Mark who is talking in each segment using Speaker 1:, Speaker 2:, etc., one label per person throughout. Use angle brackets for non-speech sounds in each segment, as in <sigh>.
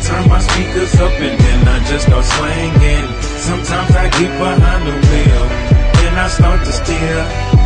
Speaker 1: kick us up and then I just start swinging. Sometimes I get behind the wheel, then I start to steer.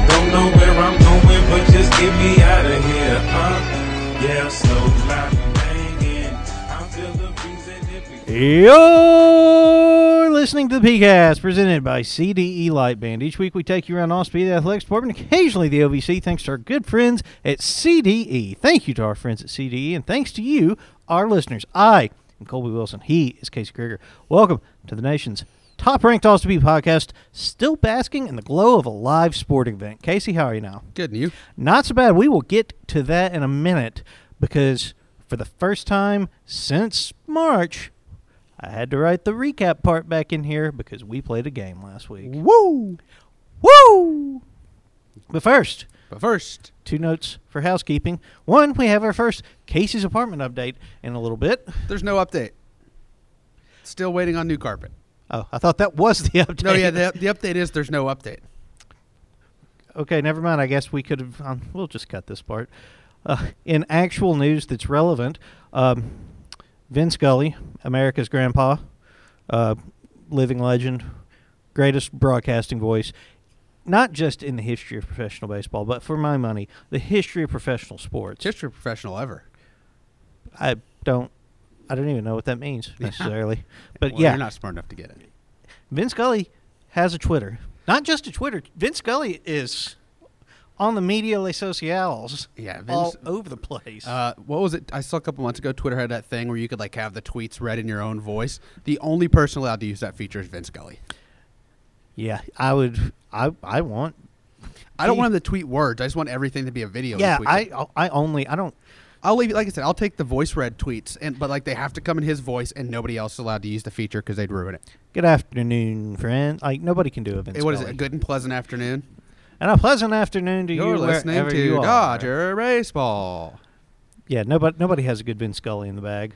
Speaker 1: Don't know where I'm going, but just get me out of here. Uh, yeah, slow life banging. I feel the breeze and it be
Speaker 2: You're listening to the PCAST presented by CDE Light Band. Each week we take you around all speed athletics department, occasionally the OVC, thanks to our good friends at CDE. Thank you to our friends at CDE, and thanks to you, our listeners. I am Colby Wilson. He is Casey Krieger. Welcome to the nation's top ranked All Speed podcast, still basking in the glow of a live sporting event. Casey, how are you now?
Speaker 3: Good, and you?
Speaker 2: Not so bad. We will get to that in a minute because for the first time since March, I had to write the recap part back in here because we played a game last week. Woo! Woo! But first,
Speaker 3: But first,
Speaker 2: two notes for housekeeping. One, we have our first Casey's apartment update in a little bit.
Speaker 3: there's no update. Still waiting on new carpet.
Speaker 2: Oh, I thought that was the update.
Speaker 3: No, yeah, the, the update is there's no update.
Speaker 2: Okay, never mind. I guess we could have. Um, we'll just cut this part. Uh, in actual news that's relevant, um, Vin Scully, America's grandpa, uh, living legend, greatest broadcasting voice, not just in the history of professional baseball, but for my money, the history of professional sports.
Speaker 3: History professional ever.
Speaker 2: I don't. I don't even know what that means necessarily,
Speaker 3: <laughs>
Speaker 2: but
Speaker 3: Well,
Speaker 2: yeah,
Speaker 3: you're not smart enough to get it.
Speaker 2: Vince Scully has a Twitter. Not just a Twitter. Vince Scully is on the media les sociales.
Speaker 3: Yeah, Vince-
Speaker 2: all over the place.
Speaker 3: Uh, what was it? I saw a couple months ago. Twitter had that thing where you could like have the tweets read in your own voice. The only person allowed to use that feature is Vince Scully.
Speaker 2: yeah, I would. I I want.
Speaker 3: I don't
Speaker 2: He-
Speaker 3: want him to tweet words. I just want everything to be a video.
Speaker 2: Yeah,
Speaker 3: Tweet it.
Speaker 2: I I only I don't.
Speaker 3: I'll leave. Like I said, I'll take the voice read tweets, and but like they have to come in his voice, and nobody else is allowed to use the feature because they'd ruin it.
Speaker 2: Good afternoon, friend. Like nobody can do a Vince.
Speaker 3: Hey, what is it?
Speaker 2: Scully.
Speaker 3: A good and pleasant afternoon.
Speaker 2: And a pleasant afternoon to you
Speaker 3: You're listening
Speaker 2: wherever
Speaker 3: to
Speaker 2: you are.
Speaker 3: Dodger baseball.
Speaker 2: Yeah, nobody nobody has a good Vince Scully in the bag.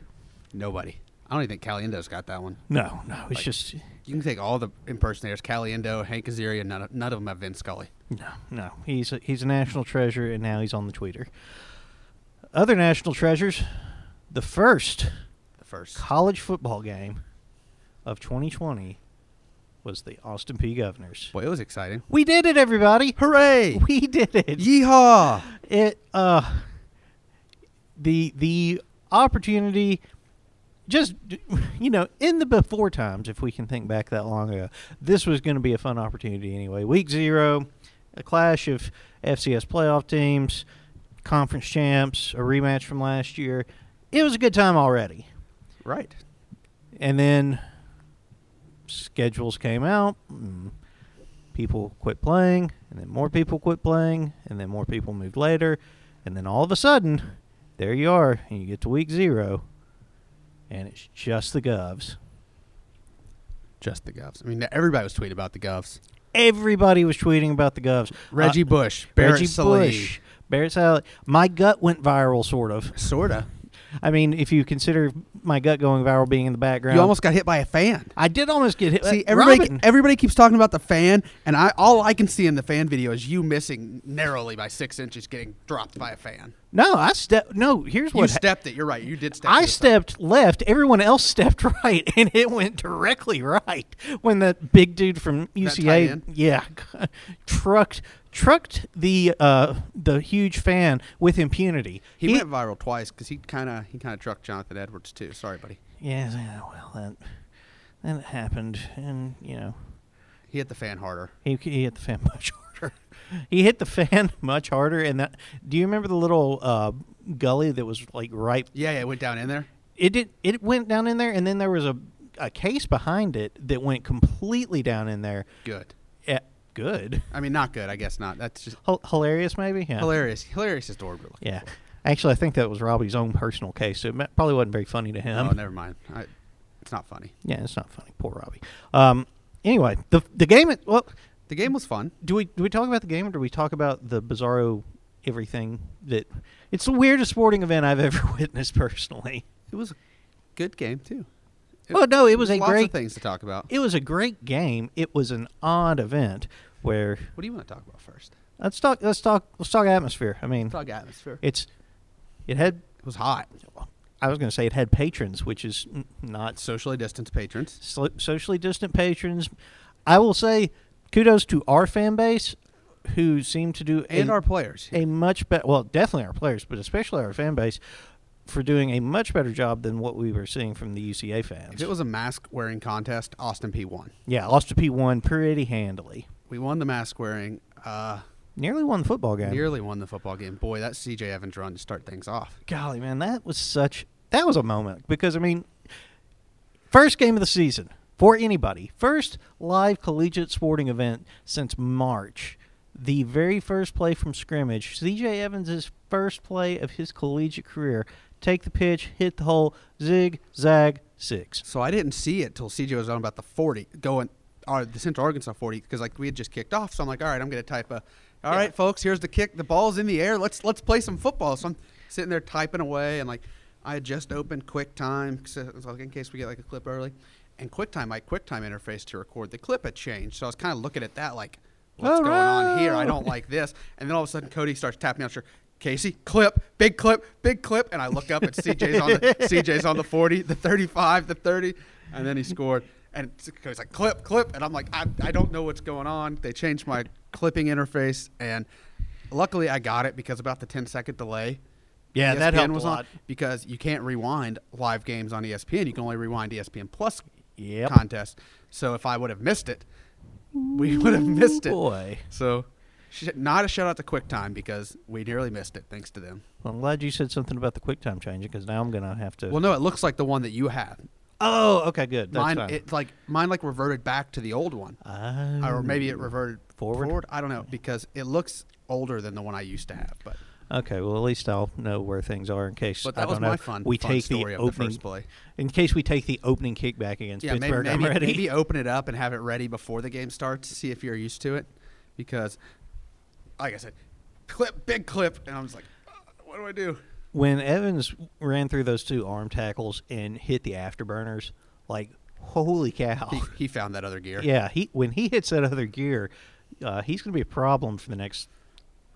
Speaker 3: Nobody. I don't even think Caliendo's got that one.
Speaker 2: No, no, it's just
Speaker 3: You can take all the impersonators: Caliendo, Hank Azaria. None of, none of them have Vince Scully.
Speaker 2: No, no. He's a, he's a national treasure, and now he's on the tweeter. Other national treasures, the first
Speaker 3: The first.
Speaker 2: college football game of 2020 was the Austin P Governors.
Speaker 3: Boy, it was exciting.
Speaker 2: We did it, everybody!
Speaker 3: Hooray!
Speaker 2: We did it.
Speaker 3: Yeehaw!
Speaker 2: It uh, the the opportunity. Just you know, in the before times, if we can think back that long ago, this was going to be a fun opportunity anyway. Week zero, a clash of FCS playoff teams, conference champs, a rematch from last year. It was a good time already.
Speaker 3: Right.
Speaker 2: And then schedules came out. And people quit playing, and then more people quit playing, and then more people moved later, and then all of a sudden, there you are, and you get to week zero, and it's just the Govs.
Speaker 3: Just the Govs. I mean, everybody was tweeting about the Govs.
Speaker 2: Everybody was tweeting about the Govs.
Speaker 3: Reggie
Speaker 2: Uh,
Speaker 3: Bush, Barrett
Speaker 2: Reggie
Speaker 3: Salee.
Speaker 2: Bush, Barrett Saleh. My gut went viral, sort of.
Speaker 3: Sorta.
Speaker 2: I mean, if you consider my gut going viral being in the background,
Speaker 3: You almost got hit by a fan.
Speaker 2: I did almost get hit.
Speaker 3: See,
Speaker 2: Uh,
Speaker 3: everybody,
Speaker 2: Robin.
Speaker 3: everybody keeps talking about the fan, and I all I can see in the fan video is you missing narrowly by six inches, getting dropped by a fan.
Speaker 2: no, I stepped. No, here's
Speaker 3: You
Speaker 2: what. ha-
Speaker 3: stepped it. You're right. You did step. to
Speaker 2: I
Speaker 3: the side.
Speaker 2: stepped left. Everyone else <laughs> stepped right, and it went directly right when that big dude from
Speaker 3: tight
Speaker 2: UCA,
Speaker 3: end?
Speaker 2: yeah, <laughs> trucked trucked the uh, the huge fan with impunity.
Speaker 3: He, went viral twice because he kind of he kind of trucked Jonathan Edwards too. Sorry, buddy.
Speaker 2: yeah, yeah, well that that happened, and you know
Speaker 3: He hit the fan harder.
Speaker 2: he, he hit the fan <laughs> much harder. He hit the fan <laughs> much harder, and that. Do you remember the little uh, gully that was like right
Speaker 3: Yeah, yeah, it went down in there.
Speaker 2: it did it went down in there and then there was a a case behind it that went completely down in there
Speaker 3: Good.
Speaker 2: Eh,
Speaker 3: <laughs>
Speaker 2: good
Speaker 3: I mean, not good. I guess not. That's just
Speaker 2: Hil- hilarious maybe yeah
Speaker 3: hilarious. Hilarious is the word we're looking
Speaker 2: yeah actually i think that was robbie's own personal case so it ma- probably wasn't very funny to him
Speaker 3: for. oh, never mind. I, it's not funny.
Speaker 2: yeah it's not funny poor robbie um anyway the the game it- well
Speaker 3: The game was fun.
Speaker 2: do we do we talk about the game or do we talk about the bizarro everything that it's the weirdest sporting event i've ever <laughs> witnessed personally
Speaker 3: It was a good game too.
Speaker 2: Well, no, it was
Speaker 3: There's
Speaker 2: a
Speaker 3: lots
Speaker 2: great-
Speaker 3: of things to talk about.
Speaker 2: it was a great game it was an odd event where
Speaker 3: what do you want to talk about first?
Speaker 2: Let's talk. Let's talk. Let's talk atmosphere. I mean,
Speaker 3: Talk atmosphere. It
Speaker 2: it's it had
Speaker 3: was hot.
Speaker 2: I was going to say it had patrons, which is n- not
Speaker 3: Socially distanced patrons.
Speaker 2: so- socially distant patrons. I will say kudos to our fan base, who seem to do
Speaker 3: And
Speaker 2: a,
Speaker 3: our players.
Speaker 2: a much better. Well, definitely our players, but especially our fan base for doing a much better job than what we were seeing from the UCA
Speaker 3: If
Speaker 2: fans.
Speaker 3: it was a mask wearing contest, Austin P won.
Speaker 2: yeah, Austin P won pretty handily.
Speaker 3: We won the mask wearing. Uh,
Speaker 2: Nearly won the football game.
Speaker 3: Nearly won the football game. Boy, that CJ Evans run to start things off.
Speaker 2: golly man that was such that was a moment because i mean first game of the season for anybody first live collegiate sporting event since march the very first play from scrimmage cj evans's first play of his collegiate career take the pitch hit the hole zig zag six
Speaker 3: So I didn't see it till CJ was on about the 40, going or the Central Arkansas 40, because like we had just kicked off. So I'm like, all right, I'm gonna type a, all right, folks, here's the kick. The ball's in the air. Let's let's play some football. So I'm sitting there typing away, and like I had just opened QuickTime, 'cause I was like, in case we get like a clip early, and QuickTime, my QuickTime interface to record the clip had changed. So I was kind of looking at that like, what's
Speaker 2: All
Speaker 3: going on here? I
Speaker 2: right.
Speaker 3: don't like this. And then all of a sudden, Cody starts tapping out. Sure, Casey, clip, big clip, big clip, and I look up and CJ's on the
Speaker 2: <laughs>
Speaker 3: CJ's on the forty, the thirty-five, the thirty, and then he scored. And Cody's like, clip, clip, and I'm like, I, I don't know what's going on. They changed my clipping interface, and luckily I got it because about the 10-second delay. E
Speaker 2: Yeah, that helped a
Speaker 3: on-
Speaker 2: lot.
Speaker 3: because you can't rewind live games on E ESPN. You can only rewind E ESPN Plus
Speaker 2: Yep.
Speaker 3: contest. So if I would have missed it, we would have missed it.
Speaker 2: boy.
Speaker 3: So sh- not a shout out to QuickTime because we nearly missed it thanks to them.
Speaker 2: well, i'm glad you said something about the quicktime changing because now i'm gonna have to
Speaker 3: Well, no, it looks like the one that you have.
Speaker 2: oh okay good that's
Speaker 3: Mine,
Speaker 2: fine Oh,
Speaker 3: it's like mine, like reverted back to the old one, or maybe it reverted
Speaker 2: Forward?
Speaker 3: I don't know because it looks older than the one I used to have. But
Speaker 2: Okay, well at least I'll know where things are in case.
Speaker 3: But
Speaker 2: I
Speaker 3: that was
Speaker 2: don't know,
Speaker 3: my fun-
Speaker 2: We
Speaker 3: fun
Speaker 2: take
Speaker 3: story
Speaker 2: the
Speaker 3: of the
Speaker 2: opening
Speaker 3: first play.
Speaker 2: in case we take the opening kickback against
Speaker 3: yeah, maybe
Speaker 2: Pittsburgh.
Speaker 3: maybe,
Speaker 2: I'm ready.
Speaker 3: maybe open it up and have it ready before the game starts. See if you're used to it, because like I said, clip big clip, and I'm just like, "Ah, what do I do?
Speaker 2: When Evans ran through those two arm tackles and hit the afterburners, like holy cow!
Speaker 3: He, he found that other gear.
Speaker 2: <laughs> yeah, he when he hits that other gear, uh, he's going to be a problem for the next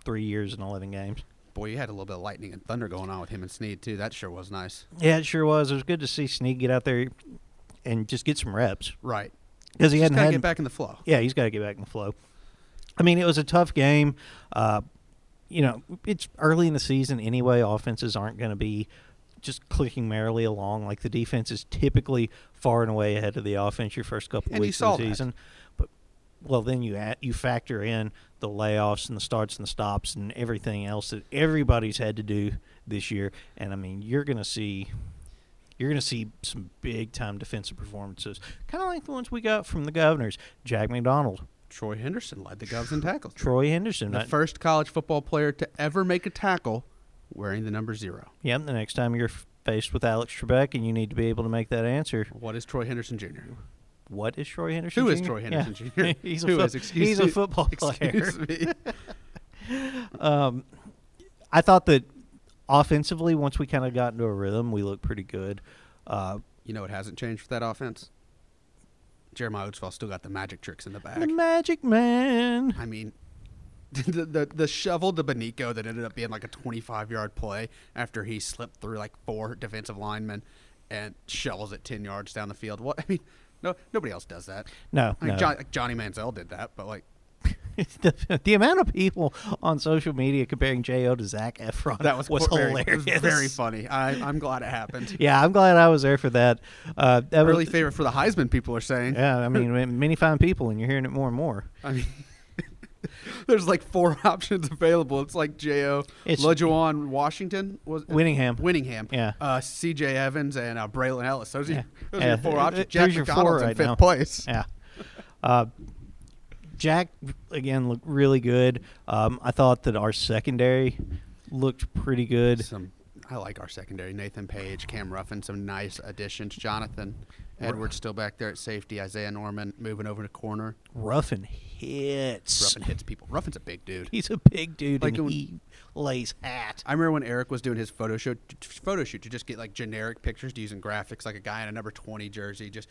Speaker 2: three years and eleven games.
Speaker 3: Boy, you had a little bit of lightning and thunder going on with him and Snead too. That sure was nice.
Speaker 2: Yeah, it sure was. It was good to see Sneak get out there and just get some reps
Speaker 3: Right.
Speaker 2: because he
Speaker 3: Just
Speaker 2: hadn't
Speaker 3: gotta
Speaker 2: had
Speaker 3: get back in the flow.
Speaker 2: yeah, he's got to get back in the flow. I mean, it was a tough game. Uh, you know, it's early in the season anyway. Offenses aren't going to be just clicking merrily along. Like the defense is typically far and away ahead of the offense your first couple
Speaker 3: And you
Speaker 2: weeks of
Speaker 3: saw
Speaker 2: the
Speaker 3: that.
Speaker 2: season. But well, then you add, you factor in the layoffs and the starts and the stops and everything else that everybody's had to do this year. And I mean, you're going to see you're going to see some big time defensive performances, kind of like the ones we got from the Governors. Jack McDonald,
Speaker 3: Troy Henderson led the Govs in tackles.
Speaker 2: Troy Henderson.
Speaker 3: the
Speaker 2: not-
Speaker 3: first college football player to ever make a tackle wearing the number zero.
Speaker 2: Yep. The next time you're faced with Alex Trebek and you need to be able to make that answer,
Speaker 3: What is Troy Henderson Jr.?
Speaker 2: what is Troy Henderson?
Speaker 3: Who is
Speaker 2: Jr.?
Speaker 3: Troy
Speaker 2: Yeah.
Speaker 3: Henderson Jr.?
Speaker 2: <laughs> he's a
Speaker 3: Who
Speaker 2: fo-
Speaker 3: is? Excuse
Speaker 2: he's
Speaker 3: me.
Speaker 2: a football player.
Speaker 3: <laughs> Excuse me.
Speaker 2: Um, I thought that offensively, once we kind of got into a rhythm, we looked pretty good. Uh,
Speaker 3: You know it hasn't changed for that offense. Jeremiah Oatsfall still got the magic tricks in the
Speaker 2: the
Speaker 3: bag.
Speaker 2: Magic Man.
Speaker 3: I mean, <laughs> the, the the shovel to Benico that ended up being like a 25 yard play after he slipped through like four defensive linemen and shovels it 10 yards down the field. What I mean, no nobody else does that.
Speaker 2: No,
Speaker 3: I mean,
Speaker 2: no.
Speaker 3: Johnny, like Johnny Manziel did that, but like
Speaker 2: <laughs> the, the amount of people on social media comparing Jo to Zach Efron
Speaker 3: that was,
Speaker 2: was
Speaker 3: qu- very, it
Speaker 2: hilarious.
Speaker 3: was very funny. I, I'm glad it happened.
Speaker 2: <laughs> Yeah, I'm glad I was there for that. Uh, that was-
Speaker 3: Early favorite for the Heisman, people are saying.
Speaker 2: yeah, I mean, <laughs> man, many fine people, and you're hearing it more and more.
Speaker 3: I mean, <laughs> there's like four <laughs> options available. It's like J.O.
Speaker 2: It's-
Speaker 3: LeJuan Washington was
Speaker 2: Winningham.
Speaker 3: Winningham.
Speaker 2: Yeah.
Speaker 3: Uh, C.J. Evans and uh, Braylon Ellis. Those are,
Speaker 2: Yeah.
Speaker 3: your- <laughs> those are
Speaker 2: Yeah.
Speaker 3: your four
Speaker 2: Th-
Speaker 3: options.
Speaker 2: th-
Speaker 3: Jack
Speaker 2: there's your
Speaker 3: McDonald's
Speaker 2: four right
Speaker 3: in fifth
Speaker 2: now.
Speaker 3: place.
Speaker 2: Yeah. Uh, Jack again looked really good. Um, I thought that our secondary looked pretty good.
Speaker 3: Some I like our secondary. Nathan Page, Cam Ruffin, some nice additions. Jonathan Edwards still back there at safety. Isaiah Norman moving over to corner.
Speaker 2: Ruffin hits.
Speaker 3: Ruffin hits people. Ruffin's a big dude.
Speaker 2: <laughs> He's a big dude,
Speaker 3: Like
Speaker 2: and
Speaker 3: when-
Speaker 2: he lays hat.
Speaker 3: I remember when Eric was doing his photo shoot, photo shoot to just get like generic pictures to use in graphics, like a guy in a number twenty jersey, just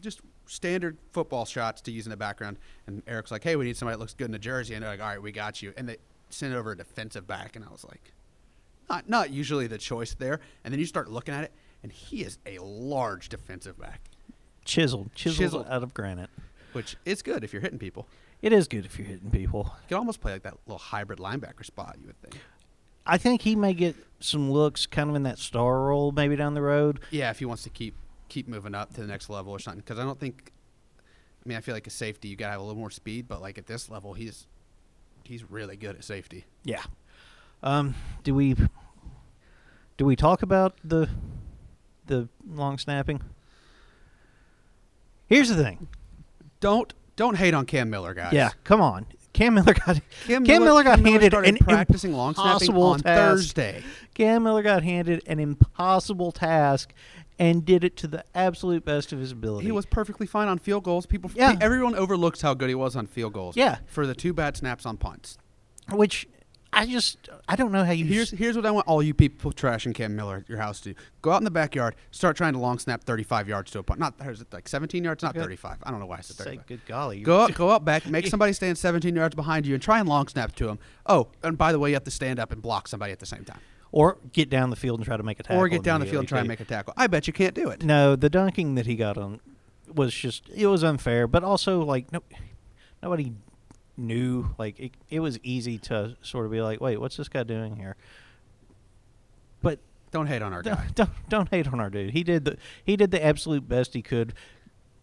Speaker 3: just standard football shots to use in the background. And Eric's like, "Hey, we need somebody that looks good in a jersey," and they're like, "All right, we got you." And they sent over a defensive back, and I was like, Not not usually the choice there. And then you start looking at it, and he is a large defensive back,
Speaker 2: Chiseled, chiseled,
Speaker 3: Chiseled.
Speaker 2: out of granite.
Speaker 3: which is good if you're hitting people.
Speaker 2: It is good if you're hitting people.
Speaker 3: You could almost play like that little hybrid linebacker spot. You would think.
Speaker 2: I think he may get some looks kind of in that star role maybe down the road.
Speaker 3: Yeah, if he wants to keep keep moving up to the next level or something, because I don't think. I mean, I feel like a safety, you gotta have a little more speed, but like at this level, he's he's really good at safety.
Speaker 2: Yeah. Um, do we do we talk about the the long snapping? Here's the thing.
Speaker 3: Don't don't hate on Cam Miller, guys.
Speaker 2: Yeah, come on. Cam Miller got Cam, Miller, got handed
Speaker 3: started
Speaker 2: an
Speaker 3: practicing long snapping
Speaker 2: impossible
Speaker 3: on
Speaker 2: task.
Speaker 3: Thursday.
Speaker 2: Cam Miller got handed an impossible task and did it to the absolute best of his ability.
Speaker 3: He was perfectly fine on field goals. People,
Speaker 2: Yeah.
Speaker 3: everyone overlooks how good he was on field goals.
Speaker 2: Yeah.
Speaker 3: for the two bad snaps on punts.
Speaker 2: which I just I don't know how you
Speaker 3: Here's here's what I want all you people trashing Cam Miller at your house to do. Go out in the backyard, start trying to long snap 35 yards to a punt. Not there's like 17 yards, not
Speaker 2: Yeah.
Speaker 3: 35. I don't know why I said
Speaker 2: say.
Speaker 3: 35.
Speaker 2: Good golly,
Speaker 3: Go
Speaker 2: <laughs>
Speaker 3: out, go out back, make somebody stand 17 yards behind you, and try and long snap to him. Oh, and by the way, you have to stand up and block somebody at the same time,
Speaker 2: or get down the field and try to make a tackle,
Speaker 3: or get down the field and try and
Speaker 2: immediately,
Speaker 3: make a tackle. I bet you can't do it.
Speaker 2: too. No, the dunking that he got on was just it was unfair, but also like no, nobody knew. Like it, it was easy to sort of be like, wait, what's this guy doing here? But
Speaker 3: Don't hate on our guy.
Speaker 2: don't, <laughs> don't don't hate on our dude. He did the he did the absolute best he could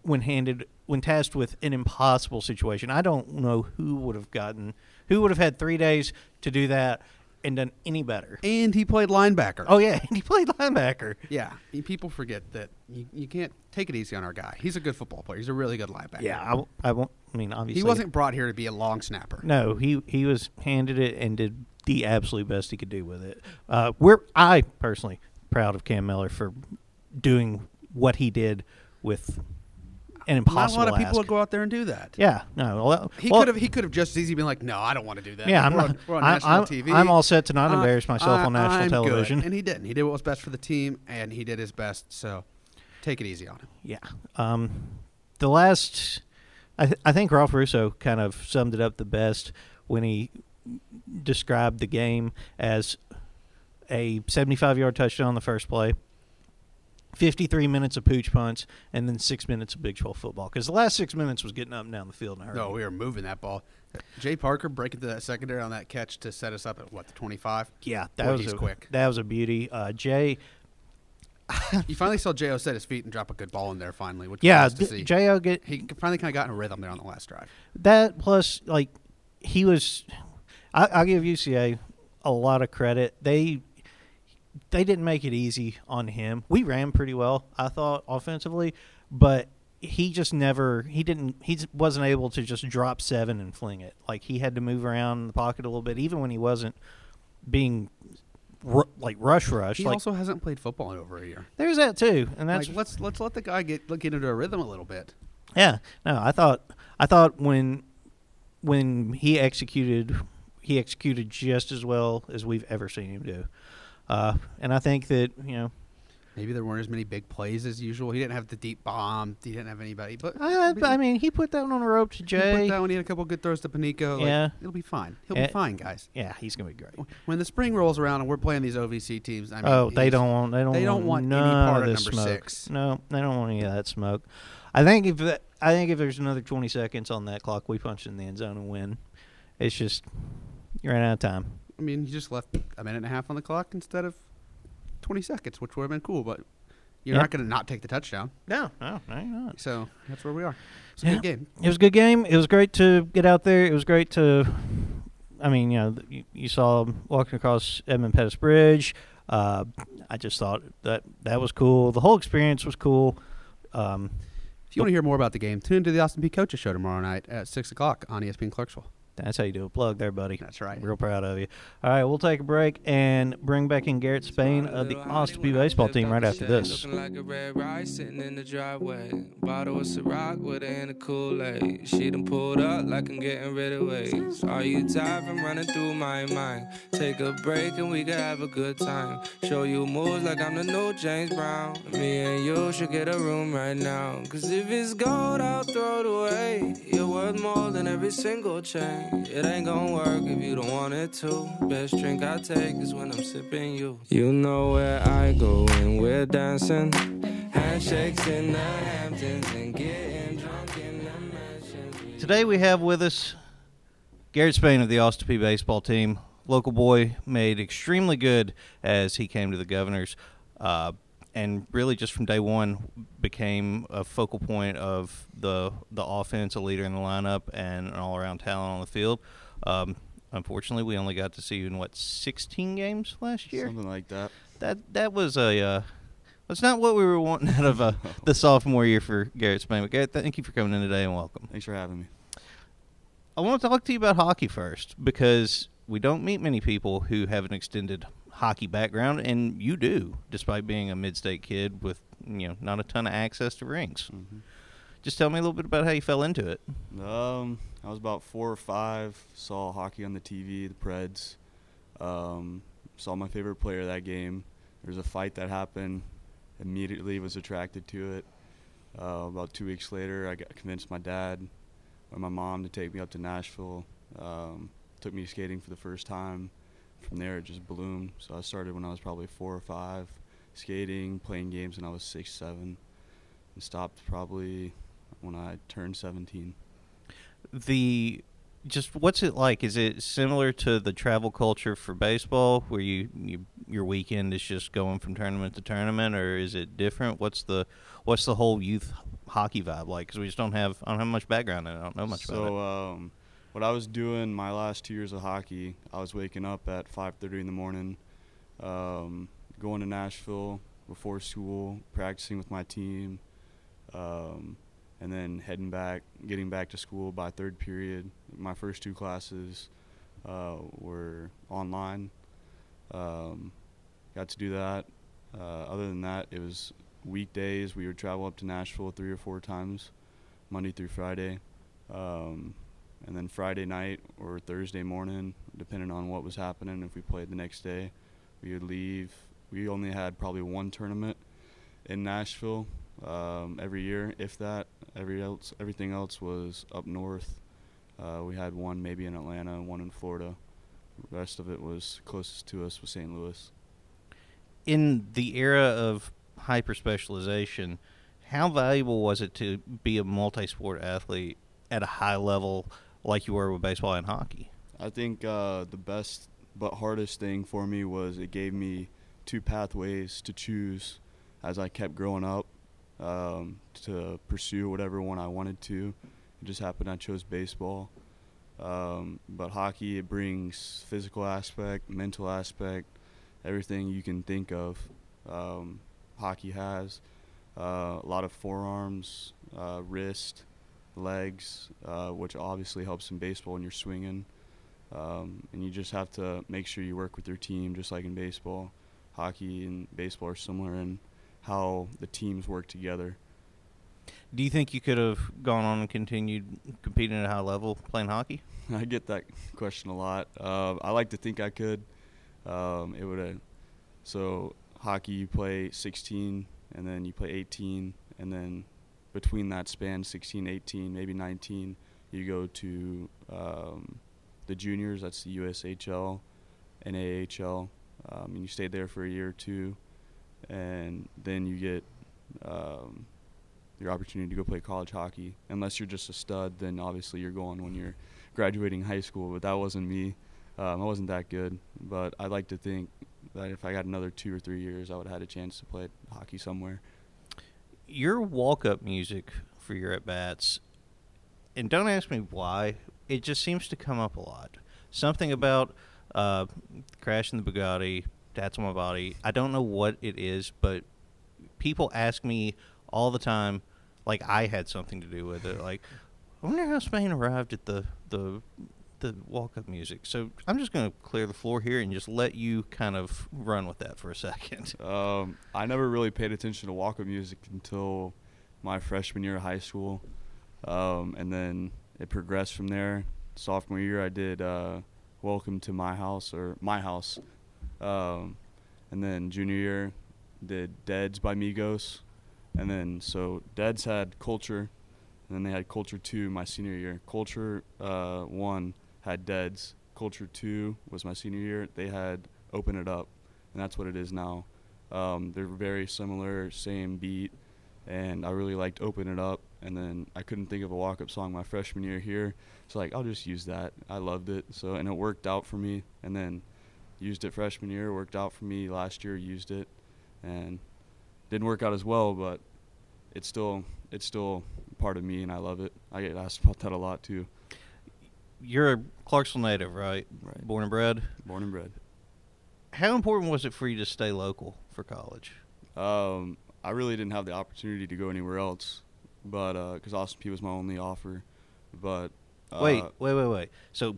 Speaker 2: when handed when tasked with an impossible situation. I don't know who would have gotten who would have had three days to do that and done any better.
Speaker 3: And he played linebacker.
Speaker 2: Oh yeah, <laughs> and he played linebacker.
Speaker 3: Yeah, I mean, people forget that you, you can't take it easy on our guy. He's a good football player. He's a really good linebacker.
Speaker 2: Yeah, I, w- I won't. I mean, obviously
Speaker 3: he wasn't brought here to be a long snapper.
Speaker 2: No, he he was handed it and did the absolute best he could do with it. Uh, we're I personally proud of Cam Miller for doing what he did with an
Speaker 3: Not a
Speaker 2: impossible.
Speaker 3: lot of people
Speaker 2: ask.
Speaker 3: would go out there and do that.
Speaker 2: Yeah, no. Well,
Speaker 3: He
Speaker 2: well,
Speaker 3: could have. He could have just as easy been like, "No, I don't want to do that."
Speaker 2: Yeah, I'm
Speaker 3: we're
Speaker 2: not-
Speaker 3: on, we're on
Speaker 2: I-
Speaker 3: national
Speaker 2: I'm-
Speaker 3: TV.
Speaker 2: I'm all set to not
Speaker 3: I-
Speaker 2: embarrass myself on national
Speaker 3: I'm good."
Speaker 2: television.
Speaker 3: and he didn't. He did what was best for the team, and he did his best. So, take it easy on him.
Speaker 2: Yeah. Um, the last, I, th- I think Ralph Russo kind of summed it up the best when he described the game as a 75 yard touchdown on the first play, 53 minutes of pooch punts, and then six minutes of Big 12 football. Because the last six minutes was getting up and down the field in a hurry.
Speaker 3: No, we were moving that ball. Jay Parker breaking to that secondary on that catch to set us up at what the 25.
Speaker 2: yeah, that
Speaker 3: Boy,
Speaker 2: was
Speaker 3: he's
Speaker 2: a,
Speaker 3: quick.
Speaker 2: That was a beauty. Uh, Jay,
Speaker 3: You finally saw Jo set his feet and drop a good ball in there finally, which
Speaker 2: yeah,
Speaker 3: was nice to
Speaker 2: D-
Speaker 3: see.
Speaker 2: J.O. get
Speaker 3: he finally kind of got in a rhythm there on the last drive.
Speaker 2: That plus, like, he was. I, I'll give UCA a lot of credit. They they didn't make it easy on him. We ran pretty well, I thought, offensively, but he just never. He didn't. He just wasn't able to just drop seven and fling it. Like he had to move around in the pocket a little bit, even when he wasn't being ru- like rush rush.
Speaker 3: He
Speaker 2: like
Speaker 3: also hasn't played football in over a year.
Speaker 2: there's that too, and that's
Speaker 3: like let's let's let the guy get let- get into a rhythm a little bit.
Speaker 2: Yeah. No, I thought I thought when when he executed he executed just as well as we've ever seen him do. Uh, and I think that, you know,
Speaker 3: Maybe there weren't as many big plays as usual. He didn't have the deep bomb. He didn't have anybody. But
Speaker 2: Uh, I, I mean, he put that one on a rope to
Speaker 3: he put
Speaker 2: Jay.
Speaker 3: that one. He had a couple good throws to Panico. Like,
Speaker 2: Yeah.
Speaker 3: it'll be fine. He'll
Speaker 2: Eh.
Speaker 3: be fine, guys.
Speaker 2: Yeah, he's going to be great.
Speaker 3: When the spring rolls around and we're playing these OVC teams, I mean,
Speaker 2: Oh, they
Speaker 3: he's-
Speaker 2: don't want they don't
Speaker 3: they don't
Speaker 2: want,
Speaker 3: want any
Speaker 2: none
Speaker 3: part
Speaker 2: of
Speaker 3: of
Speaker 2: this
Speaker 3: number
Speaker 2: smoke.
Speaker 3: six.
Speaker 2: No, they don't want any of that smoke. I think if that, I think if there's another 20 seconds on that clock, we punch in the end zone and win. It's just you ran out of time.
Speaker 3: I mean, you just left a minute and a half on the clock instead of twenty seconds, which would have been cool. But you're
Speaker 2: Yeah.
Speaker 3: not going to not take the touchdown.
Speaker 2: No, no, no, you're not.
Speaker 3: So that's where we are. It's a
Speaker 2: Yeah.
Speaker 3: good game.
Speaker 2: It was a good game. It was great to get out there. It was great to, I mean, you know, th- you, you saw him walking across Edmund Pettus Bridge. Uh, I just thought that that was cool. The whole experience was cool. Um,
Speaker 3: If you want to hear more about the game, tune into the Austin P. Coaches Show tomorrow night at six o'clock on E ESPN Clarksville.
Speaker 2: that's how you do a plug there, buddy.
Speaker 3: That's right.
Speaker 2: Real proud of you. All right, we'll take a break and bring back in Garrett Spain of the Austin P baseball team right after this.
Speaker 4: Looking like a red rice sitting in the driveway. Bottle of Ciroc with it and a Kool-Aid. She done pulled up like I'm getting rid of waves. Are you tired from running through my mind? Take a break and we can have a good time. Show you moves like I'm the new James Brown. Me and you should get a room right now. Cause if it's gold, I'll throw it away. You're worth more than every single chain. thing. It ain't gonna work if you don't want it to. Best drink I take is when I'm sipping you. You know where I go when we're dancing. Handshakes in the Hamptons and getting drunk in the mansions.
Speaker 2: Today we have with us Garrett Spain of the Austin P baseball team. Local boy made extremely good as he came to the Governors, uh, and really just from day one became a focal point of the the offense, a leader in the lineup, and an all around talent on the field. Um, unfortunately, we only got to see you in what sixteen games last year.
Speaker 5: Something like that.
Speaker 2: That that was a uh, that's not what we were wanting out of
Speaker 5: <laughs>
Speaker 2: uh, the sophomore year for Garrett Spain. But Garrett, thank you for coming in today and welcome.
Speaker 5: Thanks for having me.
Speaker 2: I want to talk to you about hockey first because we don't meet many people who have an extended hockey background, and you do, despite being a mid-state kid with you know not a ton of access to rings. Just tell me a little bit about how you fell into it.
Speaker 5: Um, I was about four or five. Saw hockey on the TV, the Preds. Um, saw my favorite player that game. There was a fight that happened. Immediately was attracted to it. Uh, about two weeks later, I got convinced my dad and my mom to take me up to Nashville. Um, took me skating for the first time. From there, it just bloomed. So I started when I was probably four or five, skating, playing games when I was six, seven, and stopped probably when I turned 17.
Speaker 2: The just what's it like? Is it similar to the travel culture for baseball, where you, you your weekend is just going from tournament to tournament, or is it different? What's the what's the whole youth hockey vibe like? Because we just don't have I don't have much background in it. I don't know much about it.
Speaker 5: so, um, what I was doing my last two years of hockey, I was waking up at 5:30 in the morning, um, going to Nashville before school, practicing with my team, um, and then heading back, getting back to school by third period. My first two classes uh, were online. Um, got to do that. Uh, other than that, it was weekdays. We would travel up to Nashville three or four times, Monday through Friday. Um, and then Friday night or Thursday morning, depending on what was happening, if we played the next day, we would leave. We only had probably one tournament in Nashville um, every year, if that. Every else, everything else was up north. Uh, we had one maybe in Atlanta, one in Florida. The rest of it was closest to us was St. Louis.
Speaker 2: in the era of hyper specialization, how valuable was it to be a multi sport athlete at a high level like you were with baseball and hockey?
Speaker 5: I think uh, the best but hardest thing for me was it gave me two pathways to choose as I kept growing up um, to pursue whatever one I wanted to. It just happened I chose baseball. Um, but hockey, it brings physical aspect, mental aspect, everything you can think of. Um, hockey has uh, a lot of forearms, uh, wrist, legs, uh, which obviously helps in baseball when you're swinging. Um, and you just have to make sure you work with your team, just like in baseball. Hockey and baseball are similar in how the teams work together.
Speaker 2: Do you think you could have gone on and continued competing at a high level playing hockey?
Speaker 5: <laughs> I get that question a lot. Uh, I like to think I could. Um, it would have. So hockey, you play 16, and then you play 18, and then between that span, 16, 18, maybe 19, you go to um, the juniors. That's the USHL, NAHL, um, and you stay there for a year or two, and then you get um, your opportunity to go play college hockey. Unless you're just a stud, then obviously you're going when you're graduating high school. But that wasn't me. Um, I wasn't that good. But I like to think that if I got another two or three years, I would have had a chance to play hockey somewhere.
Speaker 2: your walk up music for your at bats, and don't ask me why, it just seems to come up a lot. Something about uh, crashing the Bugatti, that's on my body. I don't know what it is, but people ask me all the time, like I had something to do with it. Like, I wonder how Spain arrived at the the the walk up music. So I'm just going to clear the floor here and just let you kind of run with that for a second. <laughs>
Speaker 5: Um, I never really paid attention to walk-up music until my freshman year of high school, um, and then it progressed from there. Sophomore year, I did uh, "Welcome to My House" or "My House," um, and then junior year, did "Deads" by Migos, and then so Deads had "Culture," and then they had "Culture Two" my senior year. "Culture uh, One" had deads. Culture two was my senior year. They had open it up, and that's what it is now. Um, they're very similar, same beat, and I really liked open it up. And then I couldn't think of a walk up song my freshman year here, so like I'll just use that. I loved it, so and it worked out for me. And then used it freshman year, worked out for me last year, used it, and didn't work out as well, but it's still it's still part of me and I love it. I get asked about that a lot too.
Speaker 2: You're a Clarksville native, right?
Speaker 5: Right.
Speaker 2: Born and bred.
Speaker 5: Born and bred.
Speaker 2: How important was it for you to stay local for college?
Speaker 5: Um, I really didn't have the opportunity to go anywhere else, but because Austin P was my only offer. But uh,
Speaker 2: wait, wait, wait, wait. So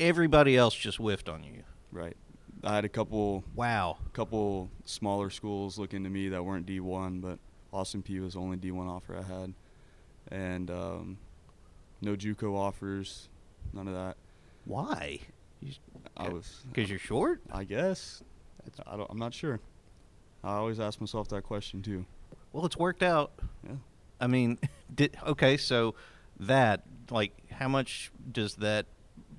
Speaker 2: everybody else just whiffed on you.
Speaker 5: right? I had a couple
Speaker 2: Wow.
Speaker 5: couple smaller schools look into me that weren't D1, but Austin P was the only D1 offer I had, and um, no JUCO offers, none of that.
Speaker 2: Why?
Speaker 5: I
Speaker 2: Okay.
Speaker 5: was, uh,
Speaker 2: Because you're short?
Speaker 5: I guess, I don't, I'm not sure. I always ask myself that question too.
Speaker 2: Well, it's worked out.
Speaker 5: Yeah.
Speaker 2: I mean, <laughs> did, okay, so that, like, how much does that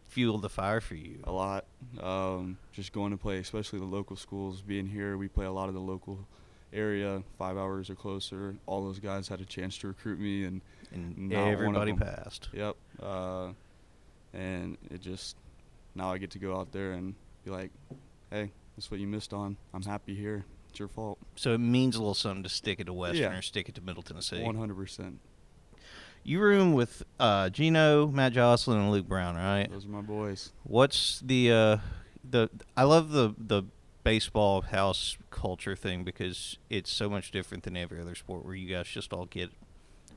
Speaker 2: fuel the fire for you?
Speaker 5: a lot. Um, just going to play, especially the local schools. Being here, we play a lot of the local area, five hours or closer. All those guys had a chance to recruit me, and
Speaker 2: And
Speaker 5: not one of
Speaker 2: everybody
Speaker 5: them.
Speaker 2: passed.
Speaker 5: Yep. Uh, and it just now I get to go out there and be like, hey, that's what you missed on. I'm happy here. It's your fault.
Speaker 2: So it means a little something to stick it to Western
Speaker 5: Yeah.
Speaker 2: or stick it to Middle Tennessee.
Speaker 5: One hundred percent.
Speaker 2: You room with uh, Gino, Matt Jocelyn, and Luke Brown, right?
Speaker 5: Those are my boys.
Speaker 2: What's the uh, the? I love the the baseball house culture thing because it's so much different than every other sport where you guys just all get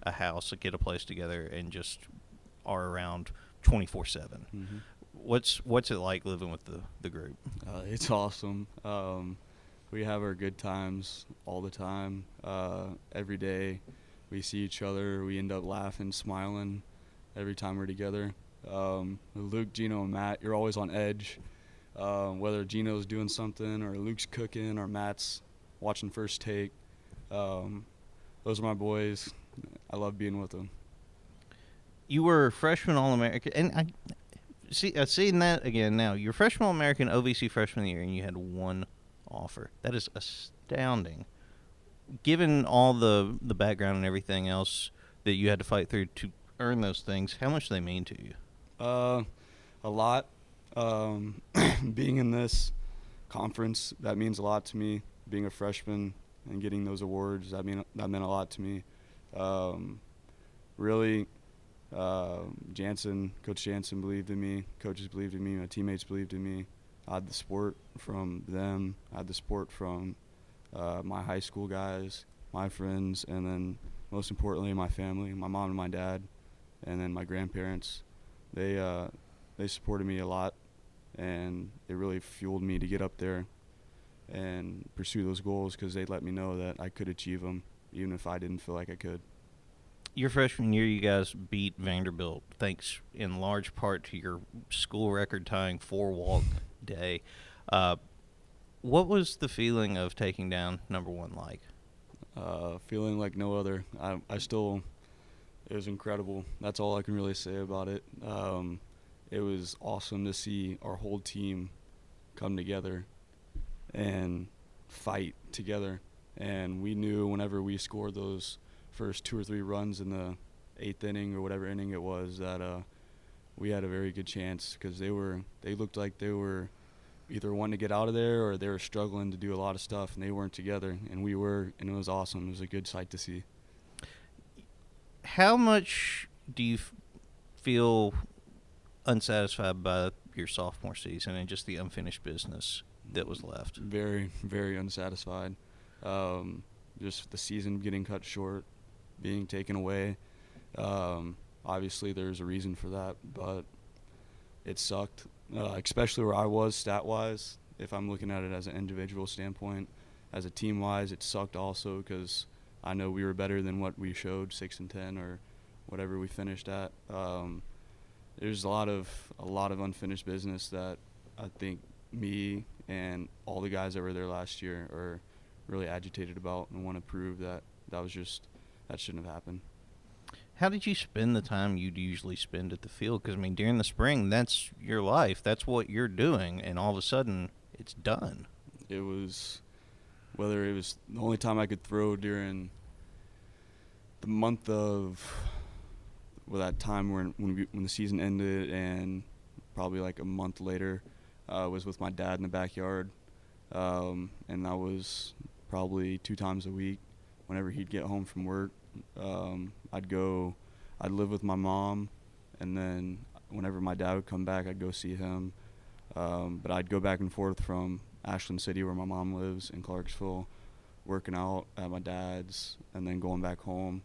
Speaker 2: a house, get a place together, and just are around twenty four seven.
Speaker 5: Mhm.
Speaker 2: What's what's it like living with the the group?
Speaker 5: Uh, it's <laughs> awesome. Um, we have our good times all the time. Uh, every day we see each other. We end up laughing, smiling every time we're together. Um, with Luke, Gino, and Matt, you're always on edge. Um, whether Gino's doing something, or Luke's cooking, or Matt's watching first take. Um, those are my boys. I love being with them.
Speaker 2: you were freshman All American, and I see I've seen that again now. You're freshman All American, OVC freshman year, and you had one offer. That is astounding. Given all the the background and everything else that you had to fight through to earn those things, how much do they mean to you?
Speaker 5: Uh, a lot. Um, <coughs> being in this conference, that means a lot to me. Being a freshman and getting those awards, that mean that meant a lot to me. Um, really, uh, Jansen, Coach Jansen believed in me. Coaches believed in me. My teammates believed in me. I had the support from them. I had the support from uh, my high school guys, my friends, and then most importantly, my family, my mom and my dad, and then my grandparents they uh, they supported me a lot, and it really fueled me to get up there and pursue those goals because they let me know that I could achieve them, even if I didn't feel like I could.
Speaker 2: Your freshman year, you guys beat Vanderbilt thanks in large part to your school record tying four walk day. Uh, what was the feeling of taking down number one like?
Speaker 5: Uh, feeling like no other, I, I still it was incredible. That's all I can really say about it. Um, it was awesome to see our whole team come together and fight together. And we knew whenever we scored those first two or three runs in the eighth inning or whatever inning it was that uh, we had a very good chance because they were they looked like they were either wanting to get out of there or they were struggling to do a lot of stuff and they weren't together and we were and it was awesome. It was a good sight to see.
Speaker 2: how much do you f- feel unsatisfied by your sophomore season and just the unfinished business that was left?
Speaker 5: Very, very unsatisfied. Um, just the season getting cut short, being taken away. Um, obviously, there's a reason for that, but it sucked, uh, especially where I was stat wise. If I'm looking at it as an individual standpoint, as a team wise, it sucked also because I know we were better than what we showed six and ten or whatever we finished at. Um, there's a lot of a lot of unfinished business that I think me and all the guys that were there last year are really agitated about and want to prove that that was just that shouldn't have happened.
Speaker 2: How did you spend the time you'd usually spend at the field? Because I mean, during the spring, that's your life. That's what you're doing, and all of a sudden, it's done.
Speaker 5: It was whether it was the only time I could throw during the month of well that time when when, we, when the season ended and probably like a month later uh, was with my dad in the backyard, um, and that was probably two times a week. Whenever he'd get home from work, um, I'd go. I'd live with my mom, and then whenever my dad would come back, I'd go see him. Um, but I'd go back and forth from Ashland City, where my mom lives, in Clarksville, working out at my dad's, and then going back home.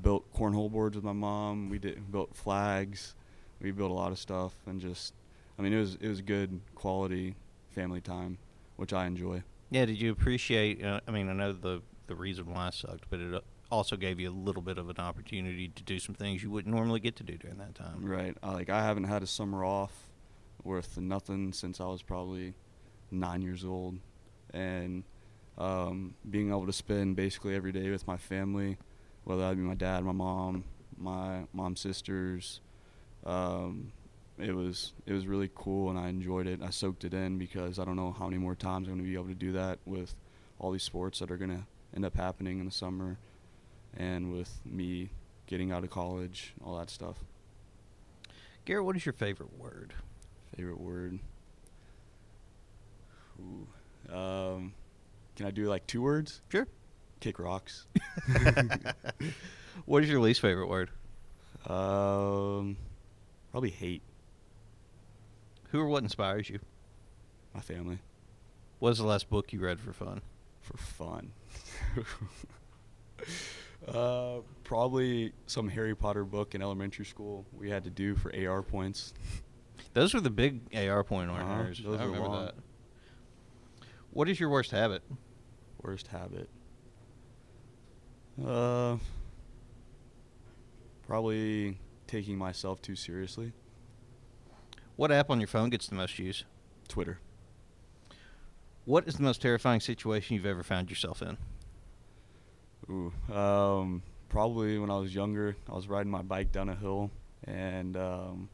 Speaker 5: Built cornhole boards with my mom. We did built flags. We built a lot of stuff, and just, I mean, it was it was good quality family time, which I enjoy.
Speaker 2: Yeah. Did you appreciate? Uh, I mean, I know the the reason why I sucked, but it uh, also gave you a little bit of an opportunity to do some things you wouldn't normally get to do during that time.
Speaker 5: Right. I, like I haven't had a summer off worth nothing since I was probably nine years old, and um, being able to spend basically every day with my family, whether that be my dad, my mom, my mom's sisters, um, it was it was really cool, and I enjoyed it. I soaked it in because I don't know how many more times I'm going to be able to do that with all these sports that are going to end up happening in the summer, and with me getting out of college, all that stuff.
Speaker 2: Garrett, what is your favorite word?
Speaker 5: Favorite word. Ooh. Um, can I do like two words?
Speaker 2: Sure.
Speaker 5: Kick rocks.
Speaker 2: What is your least favorite word?
Speaker 5: um, probably hate
Speaker 2: Who or what inspires you?
Speaker 5: my family
Speaker 2: What was the last book you read for fun?
Speaker 5: for fun. <laughs> uh, probably some Harry Potter book in elementary school we had to do for AR points. <laughs>
Speaker 2: Those were the big AR point
Speaker 5: Uh-huh,
Speaker 2: earners.
Speaker 5: those
Speaker 2: I
Speaker 5: were
Speaker 2: remember
Speaker 5: long.
Speaker 2: that. What is your worst habit?
Speaker 5: Worst habit. Uh, probably taking myself too seriously.
Speaker 2: What app on your phone gets the most use?
Speaker 5: Twitter.
Speaker 2: What is the most terrifying situation you've ever found yourself in?
Speaker 5: Ooh, um, probably when I was younger, I was riding my bike down a hill, and um,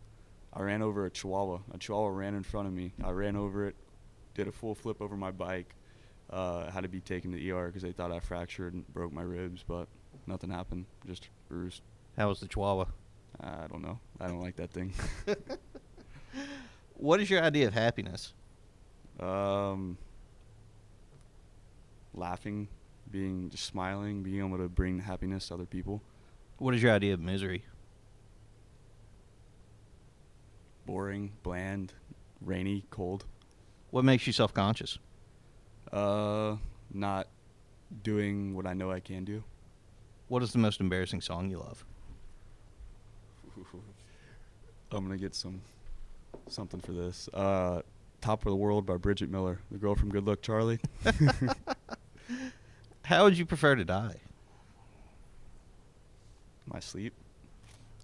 Speaker 5: I ran over a Chihuahua. A Chihuahua ran in front of me. I ran over it, did a full flip over my bike. Uh, had to be taken to the ER because they thought I fractured and broke my ribs, but nothing happened. Just bruised.
Speaker 2: How was the Chihuahua?
Speaker 5: I don't know. I don't like that thing. <laughs>
Speaker 2: What is your idea of happiness?
Speaker 5: Um, laughing, being just smiling, being able to bring happiness to other people.
Speaker 2: What is your idea of misery?
Speaker 5: Boring, bland, rainy, cold.
Speaker 2: What makes you self conscious?
Speaker 5: Uh, not doing what I know I can do.
Speaker 2: What is the most embarrassing song you love?
Speaker 5: I'm gonna get some something for this. Uh, Top of the World by Bridget Miller, the girl from Good Luck Charlie.
Speaker 2: How would you prefer to die?
Speaker 5: My sleep.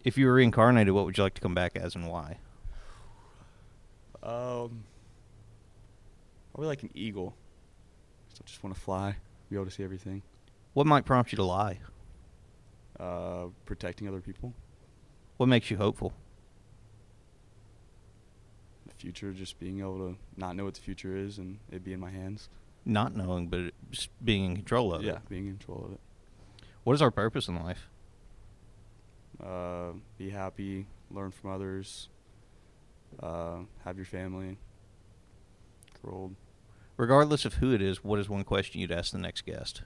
Speaker 2: If you were reincarnated, what would you like to come back as and why?
Speaker 5: Um, probably like an eagle. So I just want to fly, be able to see everything.
Speaker 2: What might prompt you to lie?
Speaker 5: Uh, protecting other people.
Speaker 2: What makes you hopeful?
Speaker 5: The future, just being able to not know what the future is and it be in my hands.
Speaker 2: Not knowing, but it- just being in control of
Speaker 5: yeah,
Speaker 2: it.
Speaker 5: being in control of it.
Speaker 2: What is our purpose in life?
Speaker 5: uh, be happy, learn from others, uh, have your family. We're old.
Speaker 2: Regardless of who it is, what is one question you'd ask the next guest?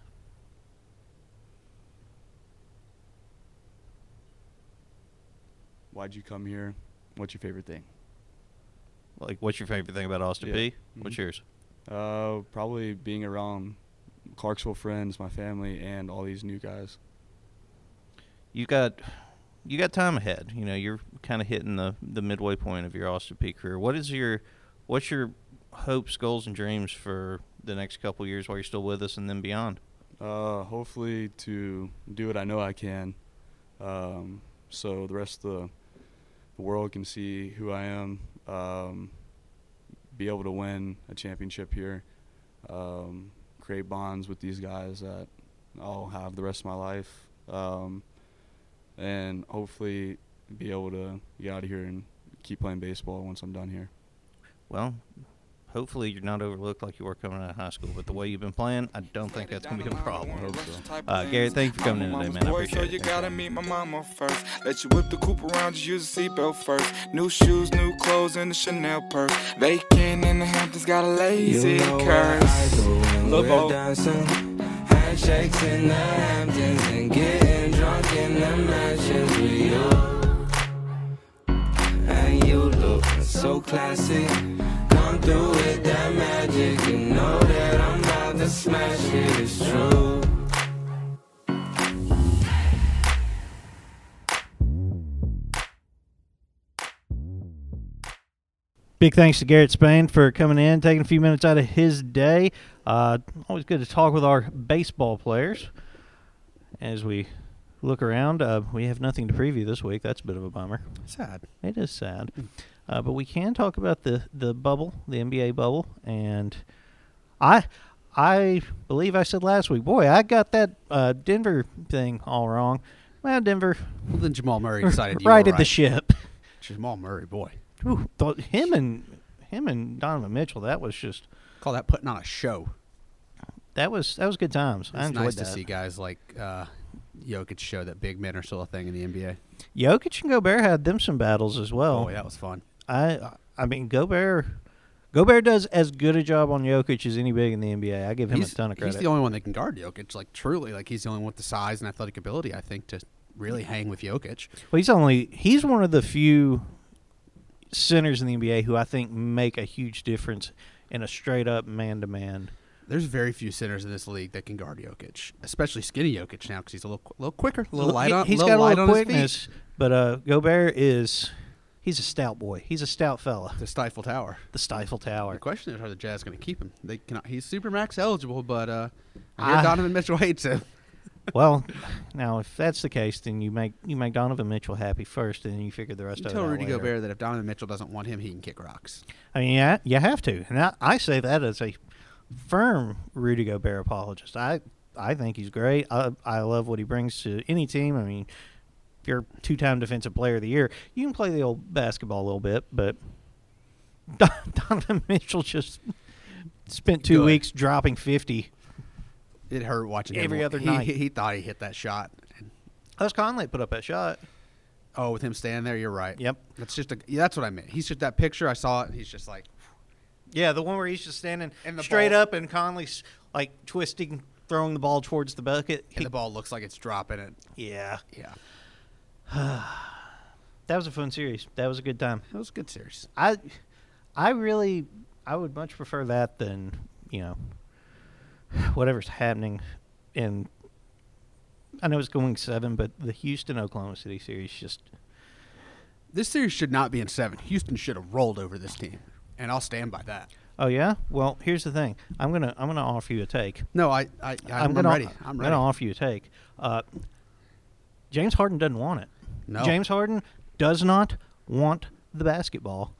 Speaker 5: Why'd you come here? What's your favorite thing?
Speaker 2: Like, what's your favorite thing about Austin
Speaker 5: Yeah.
Speaker 2: P? What's
Speaker 5: Mhm.
Speaker 2: yours?
Speaker 5: Uh, probably being around Clarksville friends, my family, and all these new guys.
Speaker 2: you got you got time ahead. You know, you're kind of hitting the the midway point of your Austin Peay career. What is your what's your hopes, goals, and dreams for the next couple years while you're still with us and then beyond?
Speaker 5: Uh, hopefully to do what I know I can, um, so the rest of the, the world can see who I am, um, be able to win a championship here, um, create bonds with these guys that I'll have the rest of my life, um, and hopefully be able to get out of here and keep playing baseball once I'm done here.
Speaker 2: Well, hopefully you're not overlooked like you were coming out of high school. But the way you've been playing, I don't think that's going to be a problem. Uh, Garrett, thank you for coming in today, man. I appreciate
Speaker 6: so
Speaker 2: it.
Speaker 6: you
Speaker 2: Thank you.
Speaker 6: gotta meet my mama first. Let you whip the coupe around, just use a seatbelt first. New shoes, new clothes, and a Chanel purse. Vacant in the Hamptons, got a lazy
Speaker 4: you know
Speaker 6: curse.
Speaker 4: What I do when
Speaker 6: Look,
Speaker 4: we're
Speaker 6: oh.
Speaker 4: dancing, handshakes in the Hamptons and getting drunk in the mansions with you. And you look so classy. Come through with that magic. You know that I'm about to smash it. It's true.
Speaker 2: Big thanks to Garrett Spain for coming in, taking a few minutes out of his day. Uh, always good to talk with our baseball players. As we look around, uh, we have nothing to preview this week. That's a bit of a bummer.
Speaker 3: Sad.
Speaker 2: It is sad,
Speaker 3: Hmm.
Speaker 2: uh, but we can talk about the the bubble, the NBA bubble, and I I believe I said last week, boy, I got that uh, Denver thing all wrong. Well, Denver
Speaker 3: Well, then Jamal
Speaker 2: <laughs>
Speaker 3: Murray decided you
Speaker 2: righted the
Speaker 3: were right.
Speaker 2: ship.
Speaker 3: Jamal Murray, boy,
Speaker 2: Ooh, thought him and him and Donovan Mitchell. That was just
Speaker 3: call that putting on a show.
Speaker 2: that was that was good times. I
Speaker 3: It's
Speaker 2: enjoyed
Speaker 3: nice
Speaker 2: that.
Speaker 3: to see guys like uh, Jokic show that big men are still a thing in the NBA.
Speaker 2: Jokic and Gobert had them some battles as well.
Speaker 3: Boy, that was fun.
Speaker 2: I I mean Gobert. Gobert does as good a job on Jokic as any big in the NBA. I give him
Speaker 3: He's,
Speaker 2: a ton of
Speaker 3: he's
Speaker 2: credit.
Speaker 3: the only one that can guard Jokic. Like truly, like he's the only one with the size and athletic ability. I think to really hang with Jokic.
Speaker 2: Well, he's only he's one of the few centers in the NBA who I think make a huge difference in a straight up man to man.
Speaker 3: There's very few centers in this league that can guard Jokic, especially skinny Jokic now because he's a little, little quicker, a little light on.
Speaker 2: He's
Speaker 3: little
Speaker 2: got a
Speaker 3: light
Speaker 2: little
Speaker 3: on his feet.
Speaker 2: quickness, but uh, Gobert is he's a stout boy. He's a stout fella.
Speaker 3: The Stifle Tower.
Speaker 2: The Stifle
Speaker 3: The
Speaker 2: Tower.
Speaker 3: question is, are the Jazz going to keep him? They cannot. He's super max eligible, but uh, I hear
Speaker 2: I-
Speaker 3: Donovan Mitchell hates him.
Speaker 2: well, now if that's the case, then you make you make Donovan Mitchell happy first, and then you figure the rest
Speaker 3: You
Speaker 2: of it
Speaker 3: tell
Speaker 2: out
Speaker 3: Rudy
Speaker 2: later.
Speaker 3: Gobert that if Donovan Mitchell doesn't want him, he can kick rocks.
Speaker 2: I mean, yeah, you have to, and I, I say that as a firm Rudy Gobert apologist. I I think he's great. I I love what he brings to any team. I mean, if you're two-time Defensive Player of the Year, you can play the old basketball a little bit, but <laughs> Don- Donovan Mitchell just spent two
Speaker 3: Good.
Speaker 2: weeks dropping fifty.
Speaker 3: It hurt watching
Speaker 2: Every
Speaker 3: him.
Speaker 2: other
Speaker 3: he,
Speaker 2: night.
Speaker 3: He, he thought he hit that shot. And,
Speaker 2: Us Conley put up that shot.
Speaker 3: oh, with him standing there, you're right.
Speaker 2: Yep.
Speaker 3: That's just a. Yeah, that's what I meant. He's just that picture. I saw it. and He's just like,
Speaker 2: Yeah, the one where he's just standing
Speaker 3: And the
Speaker 2: straight
Speaker 3: ball-
Speaker 2: up, and Conley's like twisting, throwing the ball towards the bucket.
Speaker 3: and
Speaker 2: He-
Speaker 3: the ball looks like it's dropping it.
Speaker 2: yeah,
Speaker 3: Yeah,
Speaker 2: that was a fun series. That was a good time.
Speaker 3: that was a good series.
Speaker 2: I I really I would much prefer that than, you know, whatever's happening in I know it's going 7, but the Houston Oklahoma City series just
Speaker 3: This series should not be in seven. Houston should have rolled over this team, and I'll stand by that.
Speaker 2: Oh yeah? Well, here's the thing. I'm going to I'm going to offer you a take.
Speaker 3: No, I, I, I I'm,
Speaker 2: gonna,
Speaker 3: ready.
Speaker 2: I'm
Speaker 3: I'm
Speaker 2: going
Speaker 3: ready.
Speaker 2: to offer you a take. Uh, James Harden doesn't want it.
Speaker 3: No.
Speaker 2: James Harden does not want the basketball.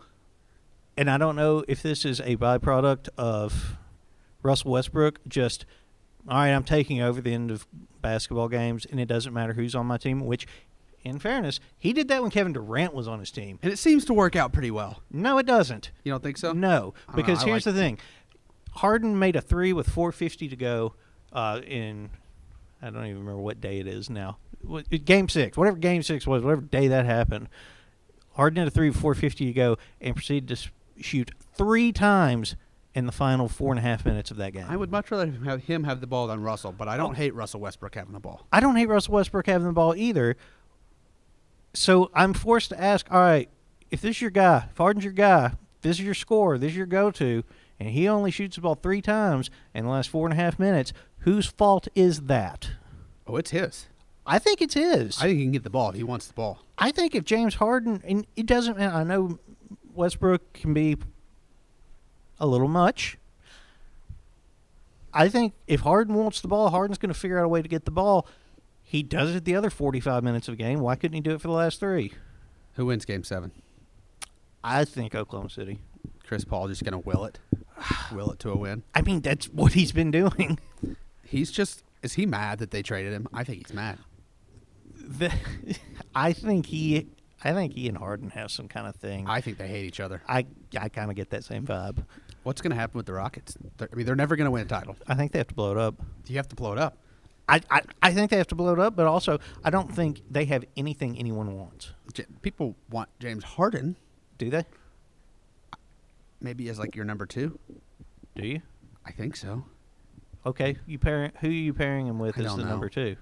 Speaker 2: And I don't know if this is a byproduct of Russell Westbrook just all right, I'm taking over the end of basketball games and it doesn't matter who's on my team, which in fairness, he did that when Kevin Durant was on his team.
Speaker 3: and it seems to work out pretty well.
Speaker 2: No, it doesn't.
Speaker 3: You don't think so?
Speaker 2: No,
Speaker 3: I don't know,
Speaker 2: because
Speaker 3: I
Speaker 2: here's
Speaker 3: like-
Speaker 2: the thing: Harden made a three with 4:50 to go uh, in. I don't even remember what day it is now. What- it- Game six, whatever game six was, whatever day that happened. Harden had a three with 4:50 to go and proceeded to s- shoot three times in the final four and a half minutes of that game.
Speaker 3: I would much rather have him have the ball than Russell, but I
Speaker 2: Oh.
Speaker 3: don't hate Russell Westbrook having the ball.
Speaker 2: I don't hate Russell Westbrook having the ball either. So I'm forced to ask, all right, if this is your guy, if Harden's your guy, this is your score, this is your go to, and he only shoots the ball three times in the last four and a half minutes, whose fault is that?
Speaker 3: Oh, it's his.
Speaker 2: I think it's his.
Speaker 3: I think he can get the ball if he wants the ball.
Speaker 2: I think if James Harden, and it doesn't, and I know Westbrook can be a little much. I think if Harden wants the ball, Harden's going to figure out a way to get the ball. He does it the other 45 minutes of a game. Why couldn't he do it for the last three?
Speaker 3: Who wins Game Seven?
Speaker 2: I think Oklahoma City.
Speaker 3: Chris Paul just gonna will it, <sighs> will it to a win.
Speaker 2: I mean, that's <laughs> what he's been doing. <laughs>
Speaker 3: He's just—is he mad that they traded him? I think he's mad.
Speaker 2: the, I think he, I think he and Harden have some kind of thing.
Speaker 3: I think they hate each other.
Speaker 2: I, I kind of get that same vibe.
Speaker 3: What's going to happen with the Rockets? They're, I mean, they're never going to win a title.
Speaker 2: I think they have to blow it up.
Speaker 3: You have to blow it up.
Speaker 2: I, I, I think they have to blow it up, but also I don't think they have anything anyone wants.
Speaker 3: J- people want James Harden,
Speaker 2: Do they?
Speaker 3: maybe as like your number two.
Speaker 2: Do you?
Speaker 3: I think so.
Speaker 2: Okay, you pair who are you pairing him with
Speaker 3: I
Speaker 2: is
Speaker 3: don't
Speaker 2: the
Speaker 3: know.
Speaker 2: number two.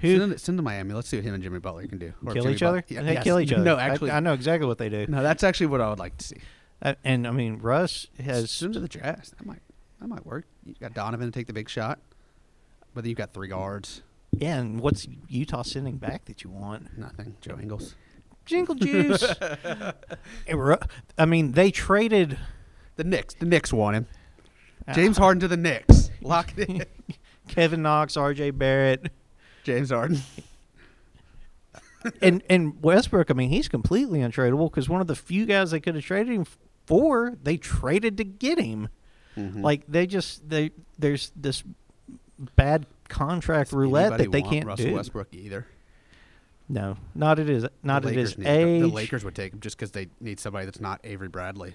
Speaker 3: Send
Speaker 2: Who
Speaker 3: him, to- send him to Miami. Let's see what him and Jimmy Butler can do. Or
Speaker 2: kill
Speaker 3: Jimmy
Speaker 2: each other?
Speaker 3: Butler- Yeah,
Speaker 2: they
Speaker 3: yes.
Speaker 2: kill each other.
Speaker 3: <laughs> No,
Speaker 2: I-
Speaker 3: actually,
Speaker 2: I, know exactly what they do.
Speaker 3: No, that's actually what I would like to see.
Speaker 2: Uh, and I mean Russ has
Speaker 3: Send him to the Jazz. That might that might work. You got Donovan to take the big shot, but then you got three guards.
Speaker 2: yeah, and what's Utah sending back that you want?
Speaker 3: Nothing. Joe Ingles. <laughs>
Speaker 2: Jingle juice. Hey, Ru- I mean they traded
Speaker 3: The Knicks. The Knicks want him.
Speaker 2: uh,
Speaker 3: James Harden to the Knicks. Lock it in.
Speaker 2: Kevin Knox, R.J. Barrett,
Speaker 3: James Harden.
Speaker 2: and and Westbrook. I mean he's completely untradeable because one of the few guys they could have traded him for, they traded to get him.
Speaker 3: Mm-hmm.
Speaker 2: Like they just they there's this bad contract roulette
Speaker 3: Anybody
Speaker 2: that they
Speaker 3: want
Speaker 2: can't
Speaker 3: Russell
Speaker 2: do.
Speaker 3: Westbrook either.
Speaker 2: No, not at his not
Speaker 3: the
Speaker 2: at
Speaker 3: Lakers
Speaker 2: his
Speaker 3: need
Speaker 2: age.
Speaker 3: The Lakers would take him just because they need somebody that's not Avery Bradley.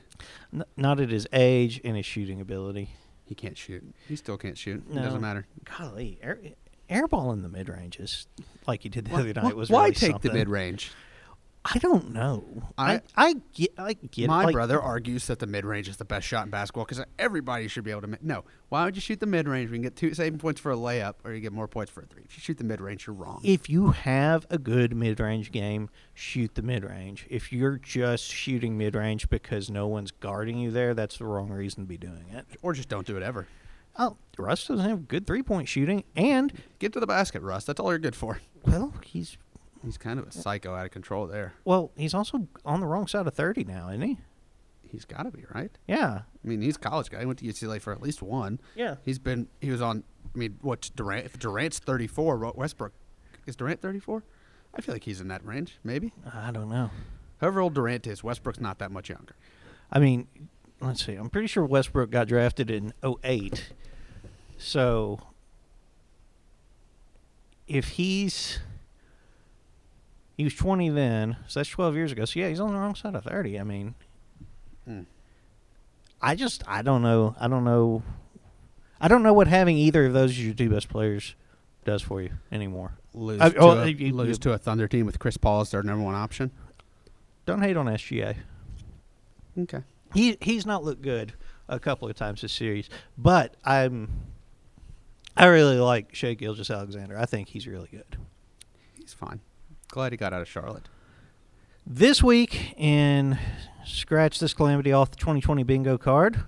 Speaker 2: n- not at his age and his shooting ability.
Speaker 3: He can't shoot. He still can't shoot. It
Speaker 2: No.
Speaker 3: doesn't
Speaker 2: <laughs>
Speaker 3: matter.
Speaker 2: Golly, air, airball in the mid ranges like he did the other night
Speaker 3: Wh-
Speaker 2: was
Speaker 3: why
Speaker 2: really
Speaker 3: take
Speaker 2: something.
Speaker 3: the mid range?
Speaker 2: I don't know. I
Speaker 3: I-
Speaker 2: I, get I get
Speaker 3: My
Speaker 2: like,
Speaker 3: brother argues that the mid range is the best shot in basketball because everybody should be able to. Mi- no, why would you shoot the mid range? We can get two saving points for a layup, or you get more points for a three. If you shoot the mid range, you're wrong.
Speaker 2: If you have a good mid range game, shoot the mid range. If you're just shooting mid range because no one's guarding you there, that's the wrong reason to be doing it.
Speaker 3: or just don't do it ever.
Speaker 2: Oh, Russ doesn't have good three point shooting, and
Speaker 3: Get to the basket, Russ. That's all you're good for.
Speaker 2: well, he's
Speaker 3: He's kind of a psycho out of control there.
Speaker 2: well, he's also on the wrong side of thirty now, isn't he?
Speaker 3: He's got to be right.
Speaker 2: Yeah,
Speaker 3: I mean, he's a college guy. He went to UCLA for at least one.
Speaker 2: Yeah.
Speaker 3: He's been. He was on. I mean, what's Durant? If Durant's 34, Ro- Westbrook is Durant 34. I feel like he's in that range, maybe.
Speaker 2: I don't know.
Speaker 3: However old Durant is, Westbrook's not that much younger.
Speaker 2: I mean, let's see. I'm pretty sure Westbrook got drafted in 08. So if he's he was 20 then, so that's 12 years ago. So yeah, he's on the wrong side of 30. I mean,
Speaker 3: Hmm.
Speaker 2: I just I don't know. I don't know. I don't know what having either of those as your two best players does for you anymore.
Speaker 3: Lose,
Speaker 2: I-
Speaker 3: to,
Speaker 2: oh,
Speaker 3: a,
Speaker 2: you- you-
Speaker 3: lose to a Thunder team with Chris Paul as their number one option.
Speaker 2: Don't hate on SGA.
Speaker 3: Okay.
Speaker 2: he he's not looked good a couple of times this series, but I'm I really like Shea Gilgis Alexander. I think he's really good.
Speaker 3: He's fine. Glad he got out of Charlotte.
Speaker 2: This week in scratch this calamity off the 2020 bingo card,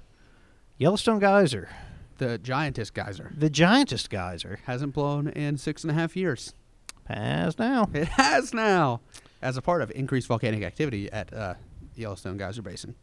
Speaker 2: Yellowstone Geyser,
Speaker 3: The Giantess geyser
Speaker 2: the giantest geyser,
Speaker 3: hasn't blown in six and a half years.
Speaker 2: pass now.
Speaker 3: It has now, as a part of increased volcanic activity at uh, Yellowstone Geyser Basin,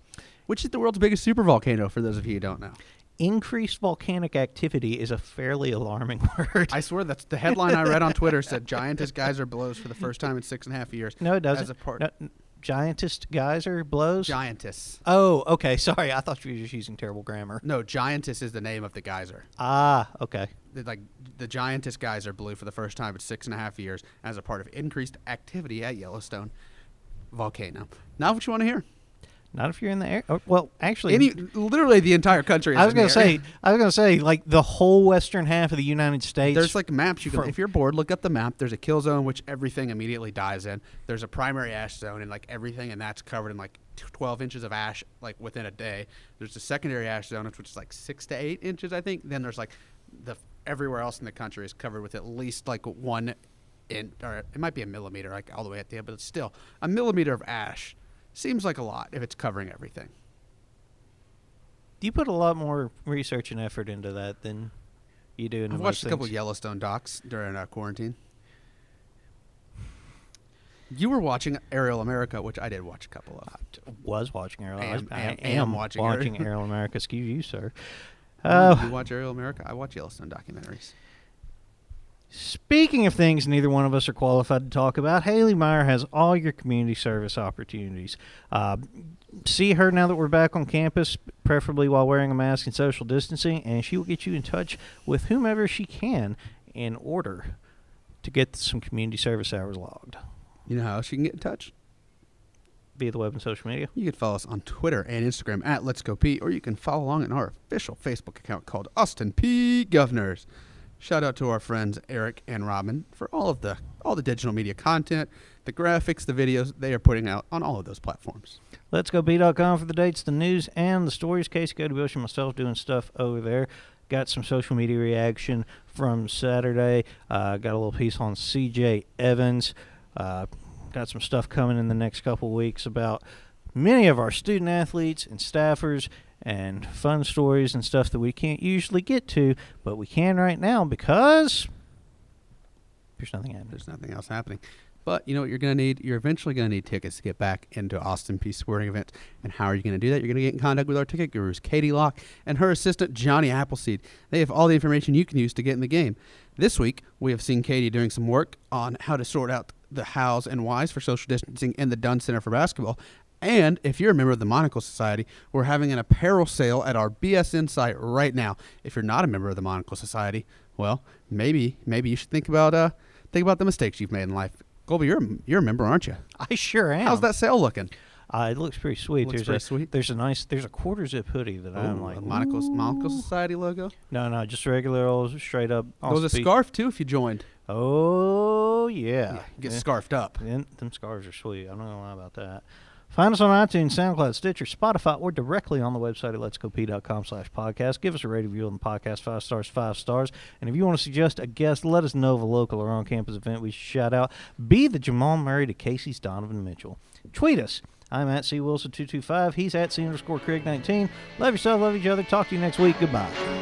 Speaker 3: which is the world's biggest supervolcano. For those of you who don't know,
Speaker 2: Increased volcanic activity is a fairly alarming <laughs> word.
Speaker 3: I swear that's the headline I read on Twitter said Giantess Geyser blows for the first time in six and a half years.
Speaker 2: no, it doesn't.
Speaker 3: As a part,
Speaker 2: No, n- giantest geyser blows.
Speaker 3: Giantess.
Speaker 2: oh, okay. Sorry, I thought you were just using terrible grammar.
Speaker 3: No, Giantess is the name of the geyser.
Speaker 2: Ah, okay.
Speaker 3: the- like the giantess geyser blew for the first time in six and a half years as a part of increased activity at Yellowstone volcano. Not what you want to hear.
Speaker 2: Not if you're in the air. oh, Well, actually,
Speaker 3: Any, literally the entire country. Is
Speaker 2: I was
Speaker 3: in the
Speaker 2: gonna
Speaker 3: area.
Speaker 2: say, <laughs> I was gonna say, like the whole western half of the United States.
Speaker 3: There's like maps you can.
Speaker 2: from-
Speaker 3: If you're bored, look up the map. There's a kill zone, which everything immediately dies in. There's a primary ash zone, and like everything, and that's covered in like t- 12 inches of ash, like within a day. There's a secondary ash zone, which is like six to eight inches, I think. Then there's like the everywhere else in the country is covered with at least like one, in or it might be a millimeter, like all the way at the end, but it's still a millimeter of ash. Seems like a lot if it's covering everything.
Speaker 2: you put a lot more research and effort into that than you do in.
Speaker 3: I've
Speaker 2: most
Speaker 3: watched a couple
Speaker 2: things.
Speaker 3: Yellowstone docs during uh, quarantine. You were watching Aerial America, which I did watch a couple of.
Speaker 2: Was watching Aerial.
Speaker 3: Am-
Speaker 2: I
Speaker 3: am-
Speaker 2: am
Speaker 3: am watching
Speaker 2: watching
Speaker 3: Aerial.
Speaker 2: Aerial America. Excuse you, sir.
Speaker 3: <laughs> you
Speaker 2: Uh,
Speaker 3: watch Aerial America? I watch Yellowstone documentaries.
Speaker 2: speaking of things neither one of us are qualified to talk about, Haley Meyer has all your community service opportunities. Uh, see her now that we're back on campus, preferably while wearing a mask and social distancing, and she will get you in touch with whomever she can in order to get some community service hours logged
Speaker 3: You know how else you can get in touch?
Speaker 2: via the web and social media.
Speaker 3: You can follow us on Twitter and Instagram at Let's Go Pete, or you can follow along in our official Facebook account called Austin P Governors. Shout out to our friends Eric and Robin for all of the all the digital media content, the graphics, the videos they are putting out on all of those platforms.
Speaker 2: Let's go B.com for the dates, the news, and the stories. Casey Cody Bush and myself doing stuff over there. Got some social media reaction from Saturday. Uh, got a little piece on CJ Evans. Uh, got some stuff coming in the next couple weeks about many of our student athletes and staffers and fun stories and stuff that we can't usually get to, but we can right now because there's nothing happening.
Speaker 3: There's nothing else happening. But you know what you're going to need? You're eventually going to need tickets to get back into Austin Peay Sporting Event. And how are you going to do that? You're going to get in contact with our ticket gurus, Katie Locke and her assistant, Johnny Appleseed. They have all the information you can use to get in the game. This week, we have seen Katie doing some work on how to sort out the hows and whys for social distancing and the Dunn Center for Basketball. And if you're a member of the Monocle Society, we're having an apparel sale at our BSN site right now. If you're not a member of the Monocle Society, well, maybe maybe you should think about uh think about the mistakes you've made in life. Colby, you're a, you're a member, aren't you?
Speaker 2: I sure am.
Speaker 3: How's that sale looking?
Speaker 2: Uh, it looks pretty sweet.
Speaker 3: Looks
Speaker 2: there's
Speaker 3: pretty
Speaker 2: a,
Speaker 3: sweet.
Speaker 2: There's a nice. There's a quarter zip hoodie that I'm like.
Speaker 3: Oh,
Speaker 2: "Mm,
Speaker 3: the Monocle Monocle Society logo.
Speaker 2: No, no, just regular old straight up.
Speaker 3: There was a
Speaker 2: Allspeed.
Speaker 3: scarf too if you joined.
Speaker 2: Oh yeah.
Speaker 3: Yeah, get
Speaker 2: Yeah.
Speaker 3: scarfed up.
Speaker 2: Them, them scarves are sweet. I'm not gonna lie about that. Find us on iTunes, SoundCloud, Stitcher, Spotify, or directly on the website at letsgop.com slash podcast. Give us a rate review on the podcast, five stars, five stars. And if you want to suggest a guest, let us know of a local or on-campus event we should shout out. Be the Jamal Murray to Casey's Donovan Mitchell. Tweet us. I'm at C Wilson225. He's at C underscore Craig19. Love yourself, love each other. Talk to you next week. Goodbye.